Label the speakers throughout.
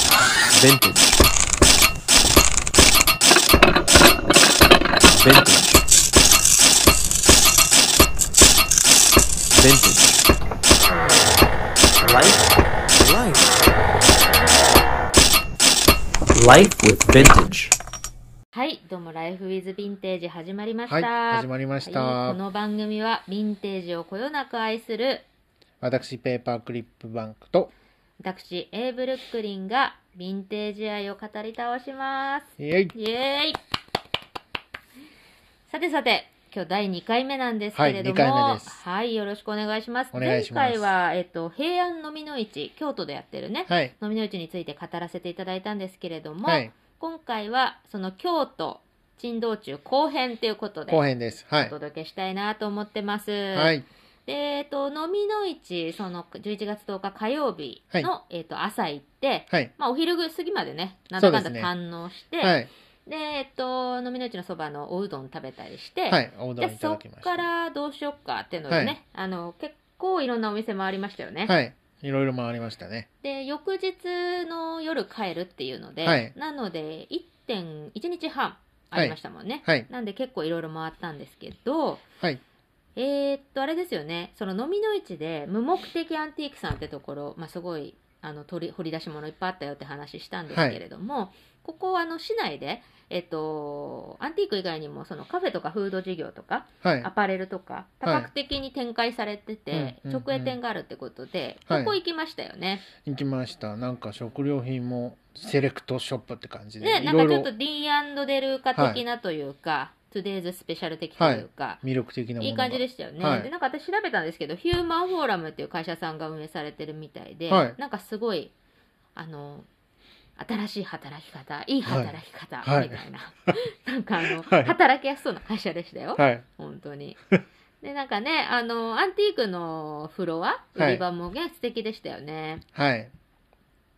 Speaker 1: ベントリー。ベントリー。ベントリー。
Speaker 2: Life, life,
Speaker 1: Life with Vintage
Speaker 3: はい、どうも、ライフウィズヴィンテージ始まりました。
Speaker 2: はい、始まりました。
Speaker 3: はいこの番組は、ヴィンテージをこよなく愛する、
Speaker 2: 私、ペーパークリップバンクと、
Speaker 3: 私、A ブルックリンが、ヴィンテージ愛を語り倒しま
Speaker 2: イェイ
Speaker 3: す。イエーイさてさて、今日第2回目なんですけれども、
Speaker 2: はい二回目です
Speaker 3: はいよろしくお願いします。
Speaker 2: お願いします
Speaker 3: 前回は、えっと、平安のみの市、京都でやってるね、
Speaker 2: はい。
Speaker 3: のみの市について語らせていただいたんですけれども、
Speaker 2: はい。
Speaker 3: 今回はその京都珍道中後編ということで
Speaker 2: 後編です。は
Speaker 3: お
Speaker 2: い。
Speaker 3: 届けしたいなと思ってます。
Speaker 2: はい。
Speaker 3: で、えっと、のみの市、その11月10日火曜日の、えっと、朝行って、
Speaker 2: はい。
Speaker 3: まあ、お昼過ぎまでね、なんだかん
Speaker 2: そ
Speaker 3: だ
Speaker 2: うですね
Speaker 3: 堪能して、で
Speaker 2: はい。
Speaker 3: えっと、のみの市のそばのおうどん食べたりして、
Speaker 2: はい。おうどん
Speaker 3: で
Speaker 2: いた
Speaker 3: そ
Speaker 2: だ
Speaker 3: っ
Speaker 2: きました。
Speaker 3: からどうしよっかっていうのでね、
Speaker 2: はい
Speaker 3: あの、結構いろんなお店回りましたよね。
Speaker 2: はい。いろいろ回りましたね。
Speaker 3: で翌日の夜帰るっていうので、
Speaker 2: はい
Speaker 3: なので1.1日半ありましたもんね、
Speaker 2: はい。
Speaker 3: なんで結構いろいろ回ったんですけど
Speaker 2: はい。
Speaker 3: えーっとあれですよねその飲みの市で無目的アンティークさんってところ、まあ、すごいあの取り掘り出し物いっぱいあったよって話したんですけれども、ここはあの市内で、えっと、アンティーク以外にもそのカフェとかフード事業とか
Speaker 2: はい
Speaker 3: ア。パレルとか多角的に展開されてて、
Speaker 2: はいうんうんうん
Speaker 3: 直営店があるってことで、
Speaker 2: はい
Speaker 3: ここ行きましたよね。
Speaker 2: 行きました。なんか食料品もセレクトショップって感じで。
Speaker 3: ね、
Speaker 2: い
Speaker 3: なんか
Speaker 2: ろい
Speaker 3: ちょっ
Speaker 2: ろ
Speaker 3: と D& デルカ的なというか、トゥデイズスペシャル的というか、、
Speaker 2: 魅力的ないも
Speaker 3: い
Speaker 2: のが。
Speaker 3: 感じでしたよね、
Speaker 2: はい
Speaker 3: でなんか私調べたんですけどヒューマンフォーラムっていう会社さんが運営されてるみたいで、
Speaker 2: はい
Speaker 3: なんかすごいあの新しい働き方いい働き方、
Speaker 2: はいはい
Speaker 3: みたいな なんかあの、
Speaker 2: はい
Speaker 3: 働きやすそうな会社でしたよ、
Speaker 2: はい。
Speaker 3: 本当に。でなんかねあのアンティークのフロア
Speaker 2: はい
Speaker 3: 売り場もね、素敵でしたよね
Speaker 2: はい。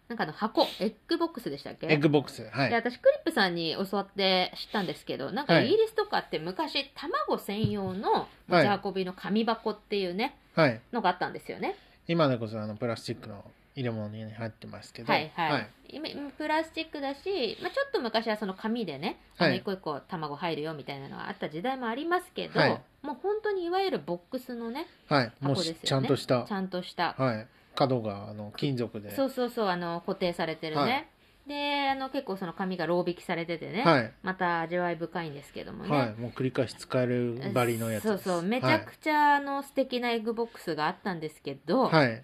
Speaker 3: なんかあの箱エッグボックスでしたっけ
Speaker 2: エッグボックス。は
Speaker 3: で
Speaker 2: い。
Speaker 3: 私クリップさんに教わって知ったんですけどなんか
Speaker 2: はい
Speaker 3: イギリスとかって昔卵専用の持
Speaker 2: は
Speaker 3: ち
Speaker 2: い
Speaker 3: 運びの紙箱っていうね、
Speaker 2: はい。
Speaker 3: のがあったんですよね
Speaker 2: 今でこそあのプラスチックの入れ物に入ってますけど。
Speaker 3: はいはい、今プラスチックだし、まあ、ちょっと昔はその紙でね、あ
Speaker 2: は
Speaker 3: の
Speaker 2: い
Speaker 3: 一個一個卵入るよみたいなのはあった時代もありますけど、
Speaker 2: はい
Speaker 3: もう本当にいわゆるボックスのね
Speaker 2: はい。もう
Speaker 3: 箱ですよ
Speaker 2: し
Speaker 3: ね
Speaker 2: ちゃんとした
Speaker 3: ち。ゃんとした、
Speaker 2: はい。角があの金属で。
Speaker 3: そうそうそうあの固定されてるね、
Speaker 2: はい
Speaker 3: であの結構その紙がロー引きされててね、
Speaker 2: はい。
Speaker 3: また味わい深いんですけどもね、
Speaker 2: はい、もう繰り返し使えるバリのやつ
Speaker 3: そう
Speaker 2: です。
Speaker 3: そうめちゃくちゃあの素敵なエッグボックスがあったんですけど、
Speaker 2: はい、はい、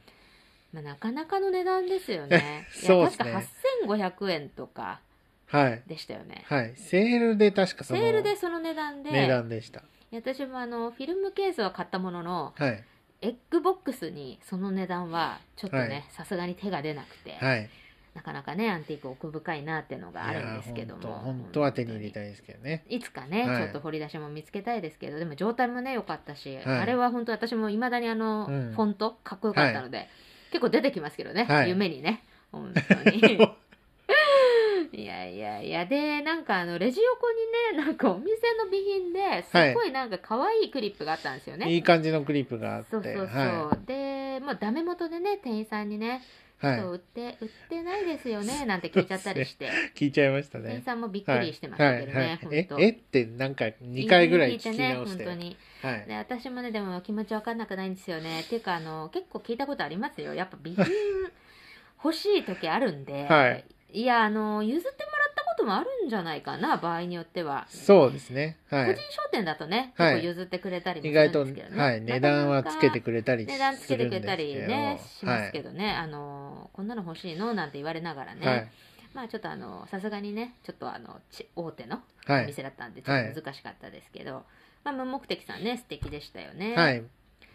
Speaker 3: まあ、なかなかの値段ですよねいや
Speaker 2: そうっすね
Speaker 3: 確か8500円とか
Speaker 2: はい、
Speaker 3: でしたよね
Speaker 2: はい、セールで確かそ
Speaker 3: セ
Speaker 2: の
Speaker 3: ールでその値段で
Speaker 2: 値段でした。
Speaker 3: いや私もあのフィルムケースは買ったものの
Speaker 2: はい、
Speaker 3: エッグボックスにその値段はちょっと
Speaker 2: はい
Speaker 3: ねさすがに手が出なくて、
Speaker 2: はい、
Speaker 3: なかなかねアンティーク奥深いなっていうのがあるんですけど
Speaker 2: い
Speaker 3: も
Speaker 2: やー本当本当は手に入れ
Speaker 3: い
Speaker 2: たいですけどね。
Speaker 3: いつかね、
Speaker 2: は
Speaker 3: ち
Speaker 2: い
Speaker 3: ょっと掘り出しも見つけたいですけどでも状態もね良かったし、
Speaker 2: い
Speaker 3: あれは本当私もいまだにあの、
Speaker 2: うん
Speaker 3: フォントかっこよかったので、結構出てきますけどね、
Speaker 2: はい
Speaker 3: 夢にね本当 にいやいやいやでなんかあのレジ横にねなんかお店の備品ですっごいなんか可愛いクリップがあったんですよね、
Speaker 2: いい感じのクリップがあって、
Speaker 3: そうそうそう、
Speaker 2: は
Speaker 3: でもうダメ元でね店員さんにね
Speaker 2: い、はい
Speaker 3: そう、売って売ってないですよねなんて聞いちゃったりして、
Speaker 2: 聞いちゃいました
Speaker 3: 店員
Speaker 2: ね。
Speaker 3: さんもびっく
Speaker 2: は
Speaker 3: り
Speaker 2: い
Speaker 3: してまし
Speaker 2: は
Speaker 3: たけど
Speaker 2: いは
Speaker 3: ね
Speaker 2: い、、
Speaker 3: 本
Speaker 2: え
Speaker 3: 当
Speaker 2: えってなんか2回ぐらい聞き直し
Speaker 3: ね、
Speaker 2: て
Speaker 3: 本当に
Speaker 2: はい
Speaker 3: で私もねでも気持ち分かんなくないんですよねっていうかあの結構聞いたことありますよやっぱ 備品欲しい時あるんで、
Speaker 2: はい、
Speaker 3: やあの譲ってもらったこともあるんじゃないかな場合によっては、
Speaker 2: そうですね、は
Speaker 3: 個
Speaker 2: い
Speaker 3: 人、商店だとね
Speaker 2: は
Speaker 3: 結
Speaker 2: い
Speaker 3: 構譲ってくれたりも
Speaker 2: 意
Speaker 3: する
Speaker 2: 外
Speaker 3: ん
Speaker 2: と、
Speaker 3: ですけどね、
Speaker 2: はい、値段はつけてくれたりする
Speaker 3: 値
Speaker 2: ん
Speaker 3: 段つけてくれ
Speaker 2: で
Speaker 3: た
Speaker 2: す
Speaker 3: り
Speaker 2: けど
Speaker 3: ねしますけ
Speaker 2: ど
Speaker 3: どね、あのこんなの欲しいのなんて言われながらね、
Speaker 2: はい
Speaker 3: まあちょっとあのさすがにねちょっとあのち大手の
Speaker 2: は
Speaker 3: お
Speaker 2: い
Speaker 3: 店だったんでちょっと難しかったですけど、まあ無目的さんね素敵でしたよね。
Speaker 2: はい、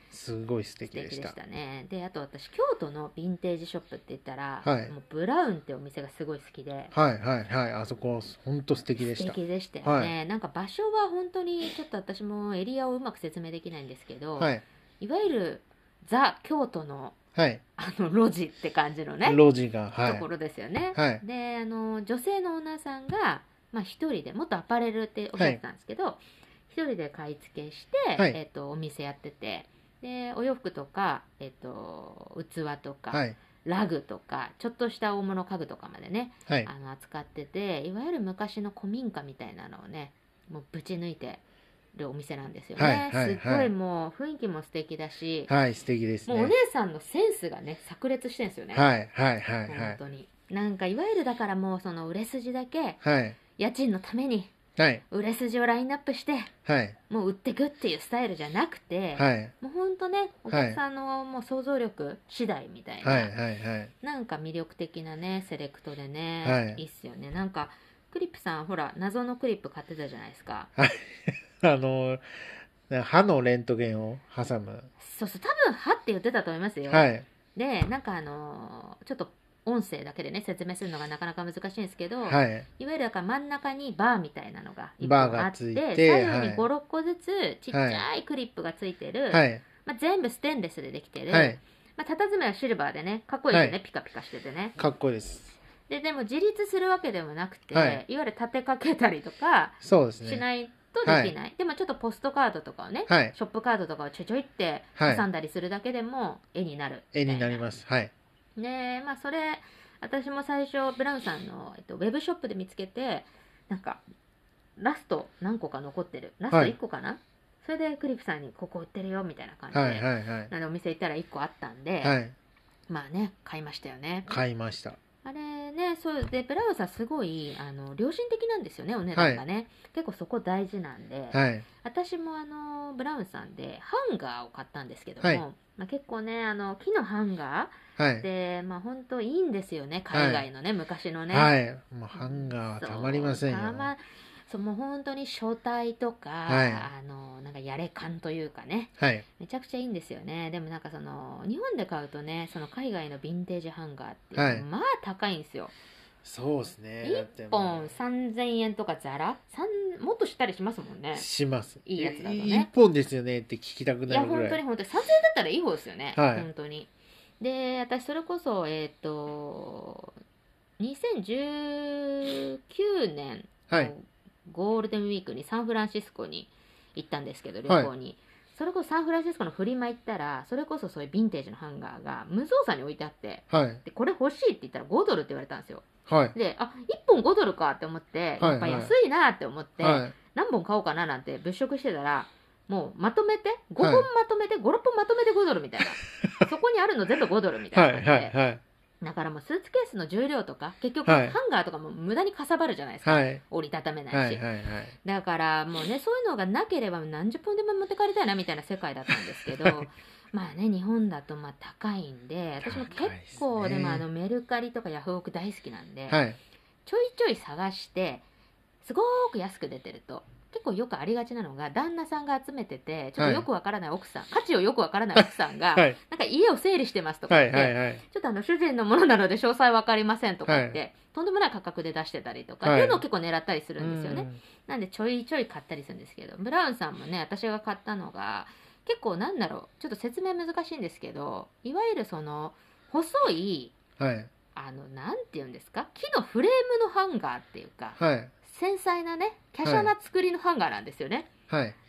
Speaker 2: すごい素敵
Speaker 3: 素敵
Speaker 2: で
Speaker 3: で
Speaker 2: し。
Speaker 3: したたねであと私京都のヴィンテージショップって言ったら、
Speaker 2: はい
Speaker 3: もうブラウンってお店がすごい好きで
Speaker 2: はいはいはいあそこ本当素敵でし
Speaker 3: 素
Speaker 2: た
Speaker 3: 敵でしたよね、
Speaker 2: は
Speaker 3: なんか場所は本当にちょっと私もエリアをうまく説明できないんですけど、、
Speaker 2: はいい
Speaker 3: わゆるザ・京都の
Speaker 2: はい
Speaker 3: あの路地って感じのね
Speaker 2: 路地がは
Speaker 3: と
Speaker 2: い
Speaker 3: ころですよね、
Speaker 2: はい
Speaker 3: であの女性のオーナーさんが、まあ、一人で元アパレルっておっしゃってたんですけど、一人で買い付けして、
Speaker 2: はい
Speaker 3: えっとお店やっててでお洋服とか、えっと器とか、
Speaker 2: はい
Speaker 3: ラグとかちょっとした大物家具とかまでね
Speaker 2: はい
Speaker 3: あの扱ってていわゆる昔の古民家みたいなのをねもうぶち抜いてるお店なんですよね、
Speaker 2: はいはい
Speaker 3: すっご
Speaker 2: はいい
Speaker 3: もう雰囲気も素敵だし、
Speaker 2: はい素敵です
Speaker 3: もうお
Speaker 2: ね
Speaker 3: 姉さんのセンスがね炸裂してるんですよね、
Speaker 2: はいはいはい
Speaker 3: 本
Speaker 2: はい
Speaker 3: 当になんかいわゆるだからもうその売れ筋だけ
Speaker 2: はい
Speaker 3: 家賃のために
Speaker 2: はい
Speaker 3: 売れ筋をラインナップして
Speaker 2: はい
Speaker 3: もう売ってくっていうスタイルじゃなくて、
Speaker 2: はい
Speaker 3: もうほんとねお客さんのもう想像力次第みたいな、
Speaker 2: はいはいはい
Speaker 3: なんか魅力的なねセレクトでね、
Speaker 2: はい
Speaker 3: いっすよねなんかクリップさんほら謎のクリップ買ってたじゃないですか
Speaker 2: あの歯のレントゲンを挟む
Speaker 3: そうそう多分はって言ってたと思いますよ、
Speaker 2: はい
Speaker 3: でなんかあのーちょっと音声だけでね説明するのがなかなか難しいんですけど、
Speaker 2: はい
Speaker 3: いわゆるだから真ん中にバーみたいなのが一個
Speaker 2: バーが
Speaker 3: あって
Speaker 2: ついて
Speaker 3: 左右に
Speaker 2: はい
Speaker 3: 56個ずつちっちゃいクリップがついてる、
Speaker 2: はい
Speaker 3: まあ、全部ステンレスでできてる、
Speaker 2: はい
Speaker 3: まあ、佇まいはシルバーでねかっこいいですよね、
Speaker 2: は
Speaker 3: ピカピカしててね
Speaker 2: かっこいいです
Speaker 3: ででも自立するわけでもなくて、
Speaker 2: はい
Speaker 3: い、わゆる立てかけたりとか
Speaker 2: そうです
Speaker 3: し
Speaker 2: ね
Speaker 3: ないとできない、でもちょっとポストカードとかをね、
Speaker 2: はい
Speaker 3: ショップカードとかをちょいちょいって
Speaker 2: はい
Speaker 3: 挟んだりするだけでも絵になる
Speaker 2: 絵になり
Speaker 3: す
Speaker 2: ますはい
Speaker 3: ねえまあそれ私も最初ブラウンさんの、えっと、ウェブショップで見つけてなんかラスト何個か残ってるラスト
Speaker 2: はい
Speaker 3: 1個かな、それでクリプさんにここ売ってるよみたいな感じで、
Speaker 2: はいはいはい
Speaker 3: なんでお店行ったら1個あったんで、
Speaker 2: はい
Speaker 3: まあね買いましたよね
Speaker 2: 買いました
Speaker 3: あれねそうでブラウンさんすごいあの良心的なんですよねお値段がね、結構そこ大事なんで、
Speaker 2: はい
Speaker 3: 私もあのブラウンさんでハンガーを買ったんですけども、
Speaker 2: はい
Speaker 3: まあ、結構ねあの木のハンガー
Speaker 2: はい
Speaker 3: で、まあ、本当いいんですよね、海外のね、昔のね。
Speaker 2: はいもうハンガーはたまりませんよ
Speaker 3: そうたまそうもう本当に書体とか、
Speaker 2: はい
Speaker 3: あのなんかやれ感というかね
Speaker 2: はい
Speaker 3: めちゃくちゃいいんですよねでもなんかその日本で買うとねその海外のヴィンテージハンガーって、
Speaker 2: はい
Speaker 3: まあ高いんですよ
Speaker 2: そうですねだって
Speaker 3: 1
Speaker 2: も
Speaker 3: 本
Speaker 2: う
Speaker 3: 3000円とかザラさんもっとしたりしますもんね
Speaker 2: します
Speaker 3: いいやつだとね
Speaker 2: 一本ですよねって聞きたく
Speaker 3: い
Speaker 2: な
Speaker 3: や
Speaker 2: るぐ
Speaker 3: 本
Speaker 2: ら
Speaker 3: 当
Speaker 2: い
Speaker 3: に本当に3000円だったらいい方ですよね、
Speaker 2: はい
Speaker 3: 本当にで私それこそえっ、と2019年
Speaker 2: はい
Speaker 3: ゴールデンウィークにサンフランシスコに行ったんですけど旅
Speaker 2: はい
Speaker 3: 行に、それこそサンフランシスコのフリマ行ったらそれこそそういうヴィンテージのハンガーが無造作に置いてあって
Speaker 2: はい
Speaker 3: でこれ欲しいって言ったら5ドルって言われたんですよ
Speaker 2: はい
Speaker 3: であ1本5ドルかって思って、
Speaker 2: はい
Speaker 3: やっぱ安いなって思って、
Speaker 2: はい
Speaker 3: 何本買おうかななんて物色してたらもうまとめて5本
Speaker 2: はい
Speaker 3: まとめて、56本まとめて5ドルみたいな そこにあるの全部5ドルみた
Speaker 2: はいい
Speaker 3: な感じで、
Speaker 2: はいはい
Speaker 3: だからもうスーツケースの重量とか結局ハ
Speaker 2: は
Speaker 3: ン
Speaker 2: い
Speaker 3: ガーとかも無駄にかさばるじゃないですか、
Speaker 2: はい
Speaker 3: 折りたためないし、
Speaker 2: はいはいはい
Speaker 3: だからもうねそういうのがなければ何十本でも持って帰りたいなみたいな世界だったんですけど まあね日本だとまあ高いんで私も結構
Speaker 2: 高い
Speaker 3: で
Speaker 2: ですね
Speaker 3: もあのメルカリとかヤフオク大好きなんで、
Speaker 2: はい
Speaker 3: ちょいちょい探してすごーく安く出てると結構よくありがちなのが旦那さんが集めててちょっとよくわからない奥さん、価値をよくわからない奥さんが、
Speaker 2: はい
Speaker 3: なんか家を整理してますとか
Speaker 2: は
Speaker 3: 言っ
Speaker 2: い
Speaker 3: て、
Speaker 2: はいはい
Speaker 3: ちょっとあの主人のものなので詳細わかりませんとか言って、とんでもない価格で出してたりとか、
Speaker 2: はい
Speaker 3: っていうのを結構狙ったりするんですよね。
Speaker 2: うん
Speaker 3: なんでちょいちょい買ったりするんですけどブラウンさんもね私が買ったのが結構なんだろうちょっと説明難しいんですけどいわゆるその細い
Speaker 2: はい
Speaker 3: あのなんて言うんですか木のフレームのハンガーっていうか
Speaker 2: はい
Speaker 3: 繊細なね華奢な作りのハンガーなんですよね、
Speaker 2: はい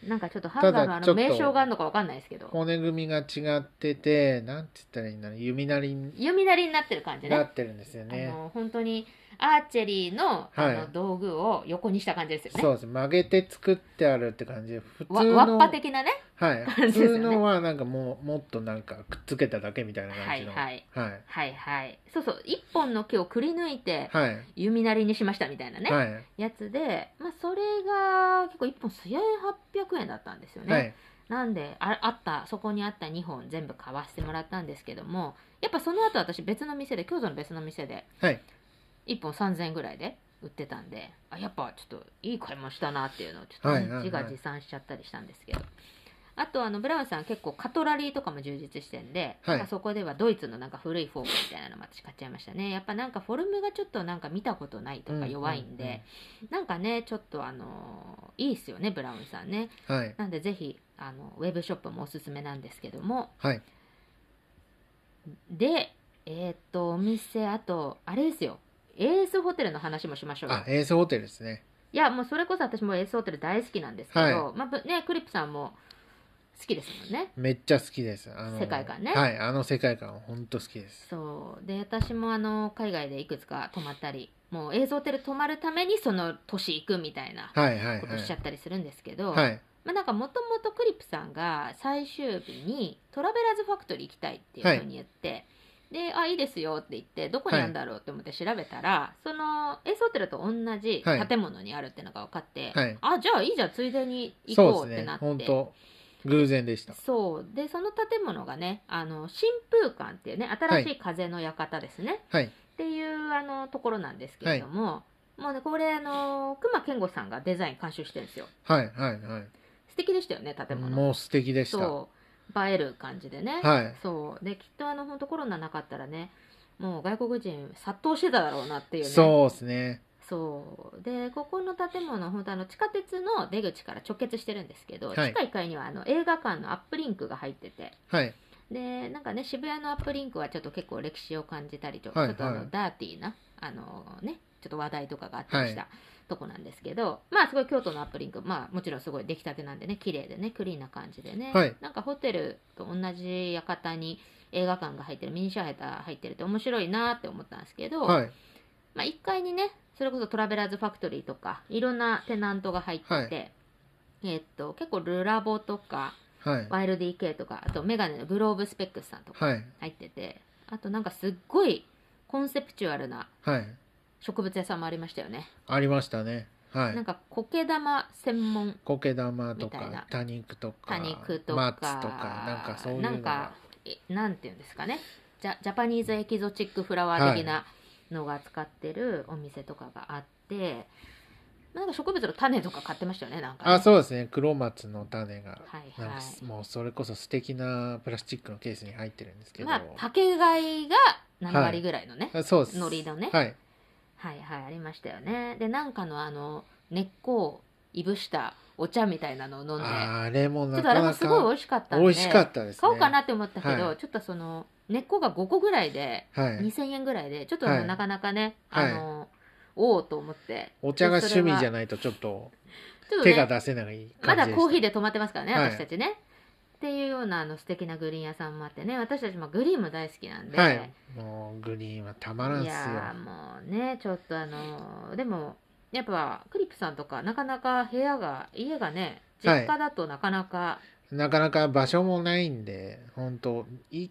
Speaker 3: なんかちょっとハンガーのあ
Speaker 2: ただちょ
Speaker 3: の
Speaker 2: っと
Speaker 3: 名称があるのかわかんないですけど
Speaker 2: 骨組みが違っててなんて言ったらいいんだろう弓なりに
Speaker 3: 弓なりになってる感じ
Speaker 2: な
Speaker 3: ね
Speaker 2: ってるんですよ
Speaker 3: あ
Speaker 2: ね
Speaker 3: の本当にアーチェリーの,、
Speaker 2: はい
Speaker 3: あの道具を横にした感じですよね
Speaker 2: そうです曲げて作ってあるって感じで普通
Speaker 3: わ
Speaker 2: の
Speaker 3: わっぱ的なね
Speaker 2: はい
Speaker 3: 感
Speaker 2: 普
Speaker 3: じですよね
Speaker 2: 通のはなんかもうもっとなんかくっつけただけみたいな感じの
Speaker 3: はい
Speaker 2: はい
Speaker 3: はいはいそうそう一本の木をくり抜いて
Speaker 2: はい
Speaker 3: 弓なりにしましたみたいなね、
Speaker 2: はい
Speaker 3: やつで、まあ、それが結構1本1800円だったんですよね、
Speaker 2: はい
Speaker 3: なんでああったそこにあった2本全部買わせてもらったんですけどもやっぱその後私別の店で京都の別の店で
Speaker 2: はい
Speaker 3: 1本3000円ぐらいで売ってたんであやっぱちょっといい買い物したなっていうのをちょっと
Speaker 2: はい
Speaker 3: ね
Speaker 2: はいはい
Speaker 3: 自画自賛しちゃったりしたんですけど。あとあのブラウンさん結構カトラリーとかも充実してんで、
Speaker 2: はい
Speaker 3: まあそこではドイツのなんか古いフォークみたいなのも私買っちゃいましたねやっぱなんかフォルムがちょっとなんか見たことないとか弱いんで、
Speaker 2: うう
Speaker 3: なんかねちょっとあのいいっすよねブラウンさんね
Speaker 2: うんはい
Speaker 3: なんでぜひあのウェブショップもおすすめなんですけども
Speaker 2: はい
Speaker 3: でえーっとお店あとあれですよエースホテルの話もしましょうよ
Speaker 2: あエースホテルですね
Speaker 3: いやもうそれこそ私もエースホテル大好きなんですけど、
Speaker 2: は
Speaker 3: まあぶねクリップさんも好きですもんね。
Speaker 2: めっちゃ好きです。あの
Speaker 3: 世界観ね
Speaker 2: はい、あの世界観、本当好きです。
Speaker 3: そうで私もあの海外でいくつか泊まったりもう映像ホテル泊まるためにその年行くみたいな
Speaker 2: はいはい
Speaker 3: ことしちゃ
Speaker 2: は
Speaker 3: ったりするんですけど、
Speaker 2: い。はい。
Speaker 3: まあ、なんかもともとクリップさんが最終日にトラベラーズファクトリー行きたいっていうふうに言って、であいいですよって言ってどこにあるんだろうって思って調べたら、そのエースホテルと同じ
Speaker 2: はい
Speaker 3: 建物にあるってのが分かって、
Speaker 2: はい
Speaker 3: あじゃあいいじゃんついでに行
Speaker 2: そ
Speaker 3: こ
Speaker 2: う
Speaker 3: うっ
Speaker 2: です
Speaker 3: てな
Speaker 2: ね
Speaker 3: っ。て
Speaker 2: 本当偶然でした。
Speaker 3: そうでその建物がねあの新風館っていうね新しい風の館ですね、
Speaker 2: はい。
Speaker 3: っていうあのところなんですけれども、もうねこれあの熊健吾さんがデザイン監修してるんですよ
Speaker 2: はいはいはい。
Speaker 3: 素敵でしたよね建物
Speaker 2: もう素敵でした。は
Speaker 3: そう映える感じでね、
Speaker 2: い。
Speaker 3: そうできっとあの本当コロナなかったらねもう外国人殺到してただろうなっていうね
Speaker 2: そうですね。
Speaker 3: そうでここの建物本当あの地下鉄の出口から直結してるんですけど、
Speaker 2: はい
Speaker 3: 地下1階にはあの映画館のアップリンクが入ってて
Speaker 2: はい。
Speaker 3: でなんかね渋谷のアップリンクはちょっと結構歴史を感じたりと、
Speaker 2: はい
Speaker 3: ちょっとあ
Speaker 2: はい
Speaker 3: のダーティーなあのねちょっと話題とかがあったりしたとこなんですけど、まあすごい京都のアップリンクまあもちろんすごい出来たてなんでね綺麗でねクリーンな感じでね、
Speaker 2: はい
Speaker 3: なんかホテルと同じ館に映画館が入ってるミニシアター入ってるって面白いなって思ったんですけど、
Speaker 2: はい。
Speaker 3: まあ、1階にねそれこそトラベラーズファクトリーとかいろんなテナントが入ってて、
Speaker 2: はい
Speaker 3: えーっと結構ルラボとか
Speaker 2: はい。
Speaker 3: ワイル DK とかあとメガネのグローブスペックスさんとか
Speaker 2: はい。
Speaker 3: 入ってて、あとなんかすっごいコンセプチュアルな
Speaker 2: はい。
Speaker 3: 植物屋さんもありましたよね、
Speaker 2: ありましたね。はい
Speaker 3: なん。か苔玉専門
Speaker 2: 苔玉と
Speaker 3: みたいな
Speaker 2: か多肉とか
Speaker 3: 多肉とか
Speaker 2: 松とかなんかそういう
Speaker 3: な
Speaker 2: の
Speaker 3: んか
Speaker 2: が
Speaker 3: えなんていうんですかねジャジャパニーズエキゾチックフラワー的なのが使ってるお店とかがあって、なんか植物の種とか買ってましたよねなんかね、
Speaker 2: あそうですね黒松の種が、
Speaker 3: はい
Speaker 2: なん
Speaker 3: は
Speaker 2: か
Speaker 3: い
Speaker 2: もうそれこそ素敵なプラスチックのケースに入ってるんですけど、
Speaker 3: まあ竹貝が何割ぐらいのね、
Speaker 2: あそうです
Speaker 3: 海苔のね
Speaker 2: はい
Speaker 3: はいはいありましたよねでなんかのあの根っこをいぶしたお茶みたいなのを飲んで
Speaker 2: あれも
Speaker 3: ちょ
Speaker 2: な
Speaker 3: っとあ
Speaker 2: か
Speaker 3: れ
Speaker 2: な
Speaker 3: もすごい美味
Speaker 2: か
Speaker 3: しかったん
Speaker 2: 美
Speaker 3: で
Speaker 2: 味しかったですね
Speaker 3: 買おうかなって思ったけど、
Speaker 2: はい
Speaker 3: ちょっとその根っこが5個ぐらいで
Speaker 2: はい
Speaker 3: 2000円ぐらいでちょっとあの、
Speaker 2: はい
Speaker 3: なかなかね、
Speaker 2: はい
Speaker 3: あのおおと思って
Speaker 2: お茶が趣味じゃ
Speaker 3: な
Speaker 2: ないとちょっと
Speaker 3: ちょっと
Speaker 2: 手が
Speaker 3: ね
Speaker 2: 出せない
Speaker 3: ま
Speaker 2: 感じでした
Speaker 3: だコーヒーで止まってますからね
Speaker 2: はい
Speaker 3: 私たちね、っていうようなあの素敵なグリーン屋さんもあってね私たちもグリーンも大好きなんで、
Speaker 2: はいもうグリーンはたまらん
Speaker 3: い
Speaker 2: すよ
Speaker 3: やーもうねちょっとあのーでもやっぱクリップさんとかなかなか部屋が家がね
Speaker 2: はい
Speaker 3: 実家だとなかなか、
Speaker 2: なかなか場所もないんで本当い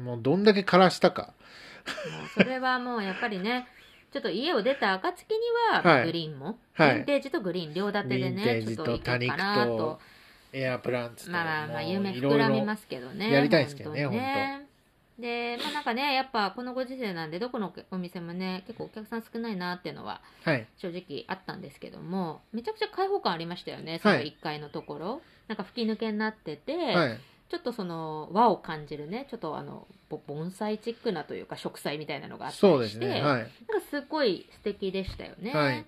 Speaker 2: もうどんだけ枯らしたか
Speaker 3: もうそれはもうやっぱりねちょっと家を出た暁には、
Speaker 2: はい
Speaker 3: グリーンも、
Speaker 2: はい
Speaker 3: ヴィンテージとグリーン両立てで
Speaker 2: ヴィ
Speaker 3: ねち
Speaker 2: ンテー
Speaker 3: ょっ
Speaker 2: ジ
Speaker 3: と
Speaker 2: と
Speaker 3: 行こうかな
Speaker 2: 多
Speaker 3: と
Speaker 2: 肉とエアプランツと
Speaker 3: まあまあ
Speaker 2: もう
Speaker 3: 夢
Speaker 2: いろい
Speaker 3: 膨
Speaker 2: ろ
Speaker 3: らみますけどね
Speaker 2: やりたいですけどね
Speaker 3: 本当にでまあなんかねやっぱこのご時世なんでどこのお店もね結構お客さん少ないなっていうのは
Speaker 2: はい
Speaker 3: 正直あったんですけどもめちゃくちゃ開放感ありましたよねその
Speaker 2: はい
Speaker 3: 1階のところ、なんか吹き抜けになってて、
Speaker 2: はい
Speaker 3: ちょっとその和を感じるねちょっとあのぼ盆栽チックなというか植栽みたいなのがあった
Speaker 2: そう
Speaker 3: り
Speaker 2: で
Speaker 3: し
Speaker 2: す
Speaker 3: て、
Speaker 2: ねはい
Speaker 3: なんかすごい素敵でしたよね。
Speaker 2: はい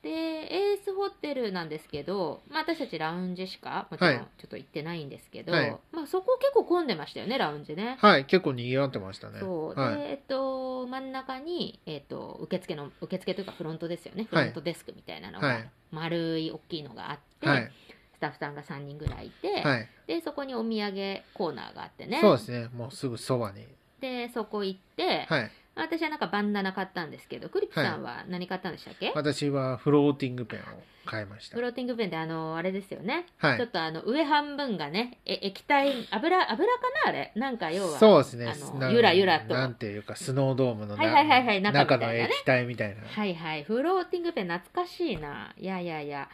Speaker 3: でエースホテルなんですけど、まあ、私たちラウンジしかもちろん
Speaker 2: は
Speaker 3: ち
Speaker 2: い
Speaker 3: ょっと行ってないんですけど、
Speaker 2: はい
Speaker 3: まあ、そこ結構混んでましたよねラウンジね。
Speaker 2: はい結構賑わってましたね
Speaker 3: そうで、
Speaker 2: はい
Speaker 3: えっと、真ん中に、えっと、受付の受付というかフロントですよねフ
Speaker 2: はい
Speaker 3: ロントデスクみたいなのが、
Speaker 2: はい
Speaker 3: 丸い大きいのがあって、
Speaker 2: はい
Speaker 3: スタッフさんが3人ぐらいいて、
Speaker 2: はい
Speaker 3: でそこにお土産コーナーがあってね
Speaker 2: そうですねもうすぐそばに
Speaker 3: でそこ行って、
Speaker 2: はい
Speaker 3: 私はなんかバンダナ買ったんですけどクリップさんは何買ったんでしたっけ、
Speaker 2: 私はフローティングペンを買いました
Speaker 3: フローティングペンであのあれですよね、
Speaker 2: は
Speaker 3: ちょっ
Speaker 2: い
Speaker 3: とあの上半分がねえ液体油油かなあれなんか要は
Speaker 2: そうですね
Speaker 3: あの
Speaker 2: な
Speaker 3: ゆらゆらと
Speaker 2: なんていうかスノードームのな
Speaker 3: はいはいはいはい中
Speaker 2: 中
Speaker 3: みた
Speaker 2: の
Speaker 3: いなね
Speaker 2: 液体みたい
Speaker 3: はいはいフローティングペン懐かしいないやいやいや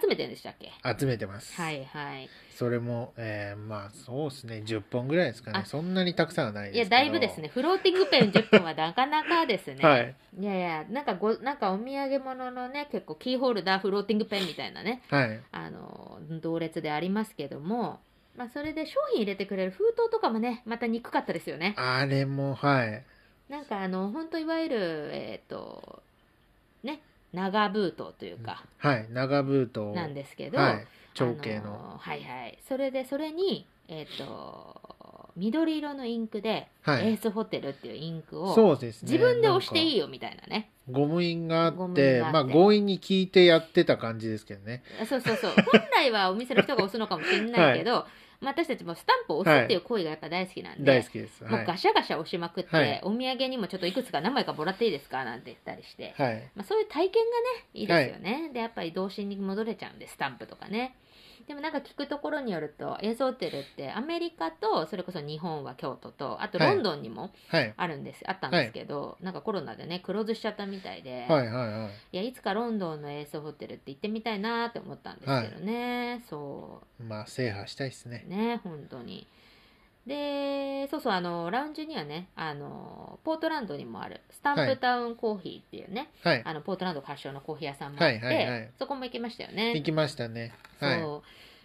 Speaker 3: 集めてるんでしたっけ
Speaker 2: な集めてます
Speaker 3: はいはい
Speaker 2: それもえーまあそうですね10本ぐらいですかね
Speaker 3: あ
Speaker 2: そんなにたくさんはない
Speaker 3: い
Speaker 2: で
Speaker 3: や
Speaker 2: すけど
Speaker 3: だいぶですねフローティングペン10本はなかなかですね、
Speaker 2: はい
Speaker 3: いやいやなんかごなんかお土産物のね結構キーホルダーフローティングペンみたいなね
Speaker 2: はい
Speaker 3: あの同列でありますけども、まあ、それで商品入れてくれる封筒とかもねまた憎かったですよね
Speaker 2: あれもはい
Speaker 3: なんかあの本当いわゆるえっ、とね長封筒というか
Speaker 2: はい長ブート
Speaker 3: なんですけど、
Speaker 2: はい長径
Speaker 3: あ
Speaker 2: の
Speaker 3: はいはいそれでそれにえっ、と緑色のインクで、
Speaker 2: は
Speaker 3: エ
Speaker 2: い
Speaker 3: ースホテルっていうインクを
Speaker 2: そうですね
Speaker 3: 自分で押していい
Speaker 2: い
Speaker 3: よみたいなね
Speaker 2: ゴム印があ
Speaker 3: ゴ
Speaker 2: っ
Speaker 3: ム印
Speaker 2: て
Speaker 3: があって
Speaker 2: まあ強引に聞いてやってた感じですけどね
Speaker 3: あそうそうそう本来はお店の人が押すのかもしれないけど、まあ私たちもスタンプを押すっていう行為がやっぱ大好きなんで、
Speaker 2: 大好きです。
Speaker 3: も
Speaker 2: は
Speaker 3: う
Speaker 2: い。
Speaker 3: ガシャガシャ押しまくって、
Speaker 2: はい
Speaker 3: お土産にもちょっといくつか何枚かもらっていいですかなんて言ったりして、
Speaker 2: はい。
Speaker 3: まあ、そういう体験がねいいですよね、でやっぱり童心に戻れちゃうんでスタンプとかねでもなんか聞くところによるとエゾテルってアメリカとそれこそ日本は京都とあと
Speaker 2: は
Speaker 3: ロ
Speaker 2: い
Speaker 3: ンドンにも
Speaker 2: はい。
Speaker 3: あるんです、あったんですけど、なんかコロナでねクローズしちゃったみたいで、、
Speaker 2: はい。はい。はい
Speaker 3: やいつかロンドンのエースホテルって行ってみたいなって思ったんですけどね、そう
Speaker 2: い。まあ、制覇したいですね。
Speaker 3: ね本当にでそうそうあのラウンジにはねあのポートランドにもあるスタンプタウンコーヒーっていうね、
Speaker 2: はい。
Speaker 3: あのポートランド発祥のコーヒー屋さんもあって、
Speaker 2: はいはいはい
Speaker 3: そこも行きましたよね
Speaker 2: 行きましたね。はい。
Speaker 3: そ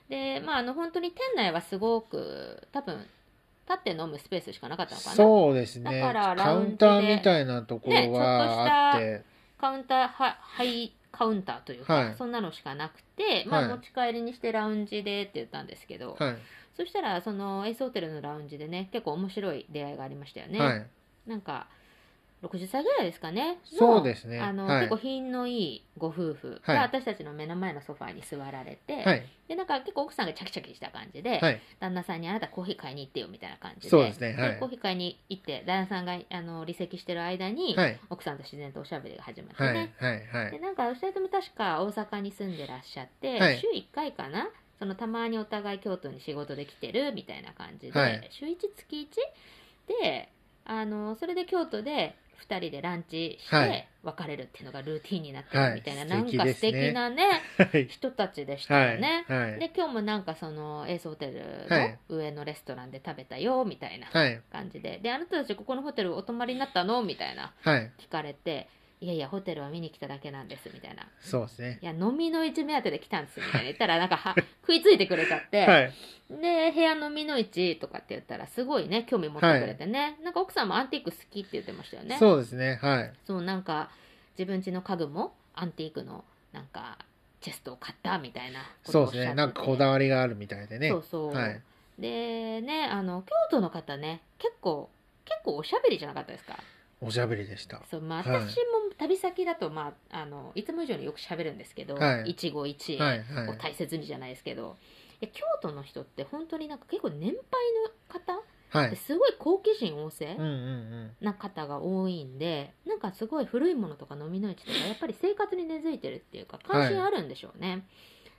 Speaker 3: うでまああの本当に店内はすごく多分立って飲むスペースしかなかったのかな
Speaker 2: そうですね。
Speaker 3: だから
Speaker 2: カ
Speaker 3: ラウン
Speaker 2: ウ
Speaker 3: ジで
Speaker 2: ンターみたいなところはあっ
Speaker 3: ね
Speaker 2: て、
Speaker 3: カウンターはハイカウンターというか、
Speaker 2: はい
Speaker 3: そんなのしかなくて、まあ、
Speaker 2: はい
Speaker 3: 持ち帰りにしてラウンジでって言ったんですけど、
Speaker 2: は
Speaker 3: そしたらそのエースホテルのラウンジでね結構面白い出会いがありましたよ
Speaker 2: い。
Speaker 3: ね、
Speaker 2: はい。
Speaker 3: なんか60歳ぐらいですかねの
Speaker 2: そうですね
Speaker 3: あの、
Speaker 2: はい
Speaker 3: 結構品のいいご夫婦が
Speaker 2: はい
Speaker 3: 私たちの目の前のソファーに座られて、
Speaker 2: はい。
Speaker 3: でなんか結構奥さんがチャキチャキした感じで、
Speaker 2: はい。
Speaker 3: 旦那さんにあなたコーヒー買いに行ってよみたいな感じで
Speaker 2: そうですねはい
Speaker 3: コーヒー買いに行って旦那さんがあの離席してる間に、
Speaker 2: はい。
Speaker 3: 奥さんと自然とおしゃべりが始まってね、
Speaker 2: はい。はい。は
Speaker 3: で
Speaker 2: い。
Speaker 3: なんかお二人とも確か大阪に住んでらっしゃって、
Speaker 2: はい
Speaker 3: 週1回かなそのたまにお互い京都に仕事で来てるみたいな感じで、
Speaker 2: はい
Speaker 3: 週1月1であのそれで京都で2人でランチし
Speaker 2: は
Speaker 3: て
Speaker 2: い
Speaker 3: 別れるっていうのがルーティンになってるみたいな、
Speaker 2: はい
Speaker 3: なんか素
Speaker 2: 素敵ですね
Speaker 3: 敵なね
Speaker 2: はい。
Speaker 3: 人たちでした
Speaker 2: は
Speaker 3: よ
Speaker 2: い。
Speaker 3: ね。
Speaker 2: はい。
Speaker 3: で今日もなんかそのエースホテ
Speaker 2: は
Speaker 3: ル
Speaker 2: い
Speaker 3: の上のレストランで食べたよみたいな
Speaker 2: はい。
Speaker 3: 感じで「であなたたちここのホテルお泊まりになったの?」みたいな
Speaker 2: はい。
Speaker 3: 聞かれて「いやいやホテルは見に来ただけなんです」みたいな
Speaker 2: そうですね
Speaker 3: 「い。や飲みの市目当てで来たんです」みたいな言ったらなんかは食いついてくれちゃって、
Speaker 2: はい。
Speaker 3: で部屋飲みの市とかって言ったらすごいね興味持ってくれてね、なんか奥さんもアンティーク好きって言ってましたよね
Speaker 2: そうですね。はい。
Speaker 3: そうなんか自分家の家具もアンティークのなんかチェストを買ったみたいなこと
Speaker 2: そ
Speaker 3: を
Speaker 2: う
Speaker 3: おっ
Speaker 2: です
Speaker 3: しゃって
Speaker 2: ね。
Speaker 3: て
Speaker 2: なんかこだわりがあるみたいでね
Speaker 3: そ。うそう、
Speaker 2: はい。
Speaker 3: でねあの京都の方ね結構結構おしゃべりじゃなかったですか
Speaker 2: おしゃべりでした。
Speaker 3: そうまあ、
Speaker 2: はい
Speaker 3: 私も旅先だと、まあ、あのいつも以上によく喋るんですけど、
Speaker 2: はい
Speaker 3: 一期一
Speaker 2: は
Speaker 3: 会
Speaker 2: い。は
Speaker 3: を
Speaker 2: い。
Speaker 3: 大切にじゃないですけど、いや京都の人って本当になんか結構年配の
Speaker 2: は
Speaker 3: 方
Speaker 2: い。
Speaker 3: すごい好奇心旺盛
Speaker 2: うんうん
Speaker 3: な方が多いんで、なんかすごい古いものとか飲みの市とかやっぱり生活に根付いてるっていうか関心あるんでしょうね。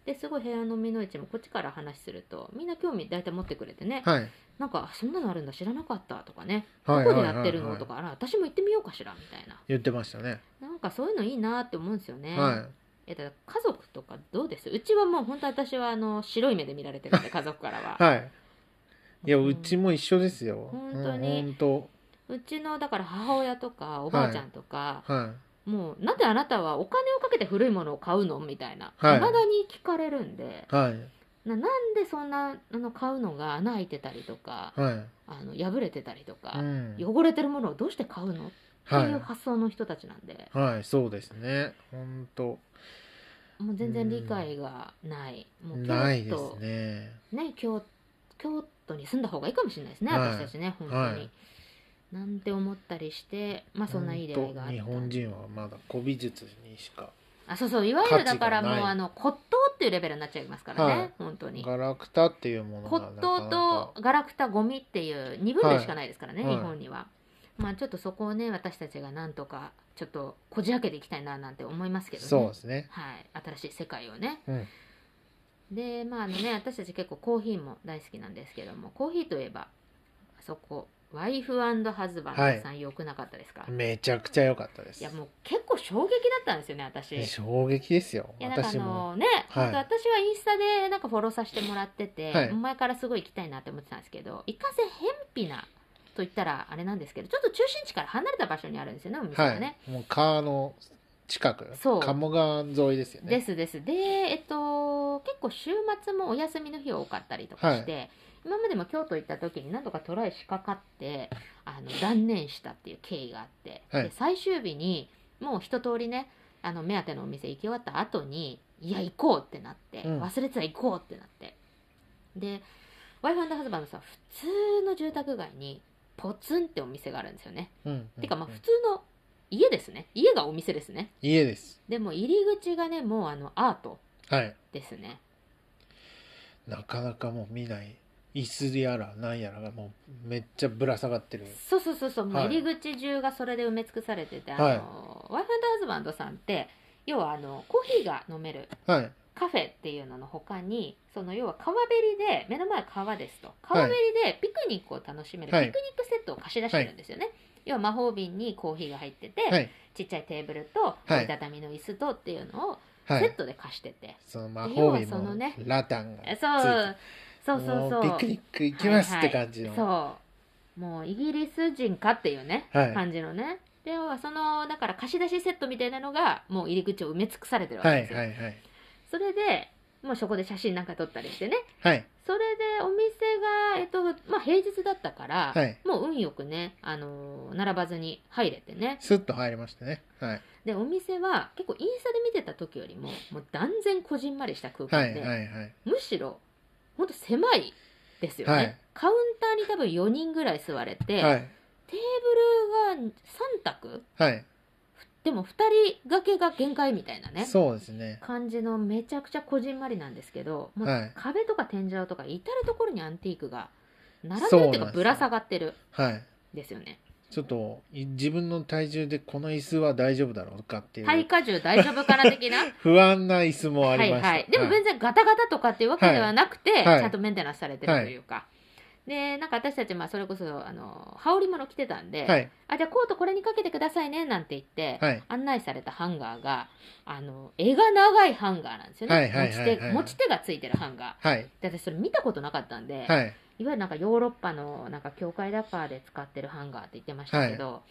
Speaker 3: ですごい部屋飲みの市もこっちから話するとみんな興味大体持ってくれてね、
Speaker 2: うん。はい。
Speaker 3: なんかあそんなのあるんだ知らなかったとかね、
Speaker 2: はい。
Speaker 3: どこでやってる
Speaker 2: はい
Speaker 3: の
Speaker 2: はい
Speaker 3: と
Speaker 2: はい
Speaker 3: かあら私も行ってみようかしらみたいな
Speaker 2: 言ってましたね。
Speaker 3: なんかそういうのいいなって思うんですよね。、
Speaker 2: はい
Speaker 3: やだから家族とかどうですうちはもう本当私はあの白い目で見られて るんで家族からは。
Speaker 2: い。はい。いや、
Speaker 3: うん
Speaker 2: うちも一緒ですよ。
Speaker 3: 本当に
Speaker 2: うん本
Speaker 3: うちのだから母親とかおばあちゃんとか、
Speaker 2: 当。はい。
Speaker 3: もうなんであなたはお金をかけて古いものを買うのみたいな、
Speaker 2: はい
Speaker 3: まだに聞かれるんで
Speaker 2: はい。
Speaker 3: ななんでそんなあの買うのが穴開いてたりとか
Speaker 2: は
Speaker 3: あの破れてたりとか
Speaker 2: い。う、ん。
Speaker 3: 汚れてるものをどうして買うのって。
Speaker 2: はいいう
Speaker 3: 発想の人たちなんで
Speaker 2: はい、そうですね。本当。
Speaker 3: もう全然理解がない。もう京都
Speaker 2: ないですね。
Speaker 3: ね、京京都に住んだ方がいいかもしれないですね、
Speaker 2: はい
Speaker 3: 私たちね本当に、
Speaker 2: はい
Speaker 3: なんて思ったりしてまあそんないい出会いがあっ
Speaker 2: 本当日
Speaker 3: た
Speaker 2: 本人はまだ古美術にしか。
Speaker 3: あそうそういわゆるだからもう
Speaker 2: 価値がない
Speaker 3: あの骨董っていうレベルになっちゃいますからね、
Speaker 2: はい
Speaker 3: 本当に
Speaker 2: ガラクタっていうものが
Speaker 3: 骨
Speaker 2: なかなか。
Speaker 3: 董とガラクタゴミっていう2分類しかないですからね、
Speaker 2: はい
Speaker 3: 日本には、まあちょっとそこをね私たちがなんとかちょっとこじ開けていきたいななんて思いますけどね
Speaker 2: そうですね。
Speaker 3: はい、新しい世界をね、
Speaker 2: うん
Speaker 3: でまああのね私たち結構コーヒーも大好きなんですけどもコーヒーといえばあそこワイフハズバンドさん、よくなかったですか
Speaker 2: めちゃくちゃ良かったです。
Speaker 3: いやもう結構衝撃だったんですよね私い
Speaker 2: 衝撃ですよ。
Speaker 3: やなんかあ
Speaker 2: 私も。
Speaker 3: のね、
Speaker 2: は
Speaker 3: 本
Speaker 2: い
Speaker 3: 当私はインスタでなんかフォローさせてもらってて、
Speaker 2: はい
Speaker 3: 前からすごい行きたいなって思ってたんですけどいかせへんぴなと言ったらあれなんですけどちょっと中心地から離れた場所にあるんですよねお店が
Speaker 2: は
Speaker 3: ね、
Speaker 2: い。もう川の近く。
Speaker 3: そう
Speaker 2: 鴨川沿いですよね。
Speaker 3: ですですでえっと結構週末もお休みの日が多かったりとかして、今までも京都行った時に何度かトライしかかってあの断念したっていう経緯があって、
Speaker 2: はい
Speaker 3: で最終日にもう一通りねあの目当てのお店行き終わった後にいや行こうってなって、
Speaker 2: うん
Speaker 3: 忘れてた行こうってなってでワイフハズバンドさん普通の住宅街にポツンってお店があるんですよね、
Speaker 2: うん。うん
Speaker 3: てかまあ
Speaker 2: うん
Speaker 3: 普通の家ですね家がお店ですね
Speaker 2: 家です。
Speaker 3: でも入り口がねもうあのアート
Speaker 2: はい。
Speaker 3: ですね
Speaker 2: なかなかもう見ない椅子やらなんやらがもうめっちゃぶら下がってる
Speaker 3: そうそうそうそう、もう
Speaker 2: はい
Speaker 3: 入り口中がそれで埋め尽くされてて、
Speaker 2: はい
Speaker 3: あのワイフハズバンドさんって要はあのコーヒーが飲める
Speaker 2: はい
Speaker 3: カフェっていうのの他にその要は川べりで目の前は川ですと川べりでピクニックを楽しめる、
Speaker 2: はい
Speaker 3: ピクニックセットを貸し出してるんですよね、要は魔法瓶にコーヒーが入ってて、
Speaker 2: はい
Speaker 3: ちっちゃいテーブルと
Speaker 2: はい
Speaker 3: 折りたたみの椅子とっていうのを
Speaker 2: は
Speaker 3: セッ
Speaker 2: い
Speaker 3: トで貸してて、
Speaker 2: その魔法
Speaker 3: 要は
Speaker 2: 瓶
Speaker 3: その
Speaker 2: も
Speaker 3: ね
Speaker 2: ラタンが
Speaker 3: え
Speaker 2: つ
Speaker 3: そうそ
Speaker 2: い
Speaker 3: うそうそ
Speaker 2: て
Speaker 3: う
Speaker 2: もうピクニック行きますって感じのは
Speaker 3: そうもうイギリス人かっていうね、
Speaker 2: い
Speaker 3: 感じのねでそのだから貸し出しセットみたいなのがもう入り口を埋め尽くされてるわけ
Speaker 2: はい
Speaker 3: ですよ、
Speaker 2: はいはい
Speaker 3: それでもうそこで写真なんか撮ったりしてね
Speaker 2: はい
Speaker 3: それでお店が、えっとまあ、平日だったから、
Speaker 2: はい
Speaker 3: もう運よくね、あのー並ばずに入れてね
Speaker 2: スッと入りましたねはい
Speaker 3: でお店は結構インスタで見てた時よりももう断然こじんまりした空
Speaker 2: は
Speaker 3: 間
Speaker 2: い
Speaker 3: で、
Speaker 2: はいはい
Speaker 3: むしろほんと狭いですよね、
Speaker 2: はい
Speaker 3: カウンターに多分4人ぐらい座れて、
Speaker 2: はい
Speaker 3: テーブルが3択
Speaker 2: はい
Speaker 3: でも2人掛けが限界みたいなね
Speaker 2: そうですね
Speaker 3: 感じのめちゃくちゃこじんまりなんですけど、もう
Speaker 2: はい
Speaker 3: 壁とか天井とか至る所にアンティークが並ん
Speaker 2: そう
Speaker 3: でる
Speaker 2: な
Speaker 3: ってい
Speaker 2: んですよ
Speaker 3: うかぶら下がってる
Speaker 2: はい
Speaker 3: んですよね
Speaker 2: ちょっとい自分の体重でこの椅子は大丈夫だろうかってい
Speaker 3: 耐
Speaker 2: う
Speaker 3: 荷重大丈夫かな的 な
Speaker 2: 不安な椅子もあ
Speaker 3: は
Speaker 2: り
Speaker 3: い
Speaker 2: ました
Speaker 3: はいでも全然ガタガタとかっていうわけではなくて、
Speaker 2: いはい
Speaker 3: ちゃんとメンテナンスされてるというか、でなんか私たちまあそれこそあの羽織物着てたんで、
Speaker 2: はい
Speaker 3: あじゃあコートこれにかけてくださいねなんて言って、
Speaker 2: はい
Speaker 3: 案内されたハンガーがあの柄が長いハンガーなんですよね、
Speaker 2: はいはいはいはい
Speaker 3: 持ち手持ち手がついてるハンガ
Speaker 2: はい
Speaker 3: ーで私それ見たことなかったんで、
Speaker 2: はい
Speaker 3: いわゆるなんかヨーロッパのなんか教会だかで使ってるハンガーって言ってましたけど、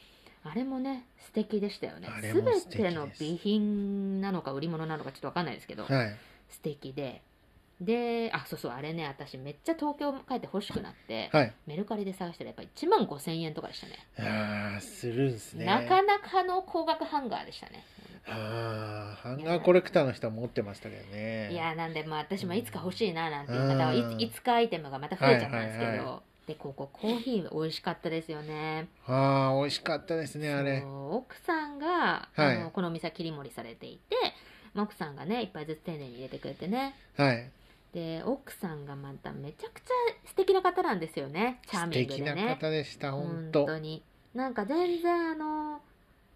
Speaker 3: あれもね素敵でしたよね
Speaker 2: あれ
Speaker 3: す
Speaker 2: も
Speaker 3: べ
Speaker 2: 素敵で
Speaker 3: て
Speaker 2: す
Speaker 3: の備品なのか売り物なのかちょっとわかんないですけど、
Speaker 2: はい
Speaker 3: 素敵でであそうそうあれね私めっちゃ東京帰って欲しくなって、
Speaker 2: はい
Speaker 3: メルカリで探したらやっぱ1万5000円とかでしたね
Speaker 2: ああするんですね
Speaker 3: なかなかの高額ハンガーでしたね
Speaker 2: あーハンガーコレクターの人は持ってましたけどね
Speaker 3: いやーなんでまあ私もいつか欲しいななんていう
Speaker 2: うん
Speaker 3: 方はいついつかアイテムがまた増えちゃったんですけど、
Speaker 2: はいはいは
Speaker 3: でここコーヒー美味しかったですよね
Speaker 2: あー美味しかったですねあれ
Speaker 3: そう奥さんが、
Speaker 2: はい
Speaker 3: あのこのお店は切り盛りされていてまあ奥さんがね一杯ずつ丁寧に入れてくれてね
Speaker 2: はい
Speaker 3: で奥さんがまためちゃくちゃ素敵な方なんですよねチャー
Speaker 2: 素
Speaker 3: ミング
Speaker 2: 敵
Speaker 3: で
Speaker 2: な
Speaker 3: ね
Speaker 2: 方でした本
Speaker 3: 本
Speaker 2: 当
Speaker 3: 当になんか全然あの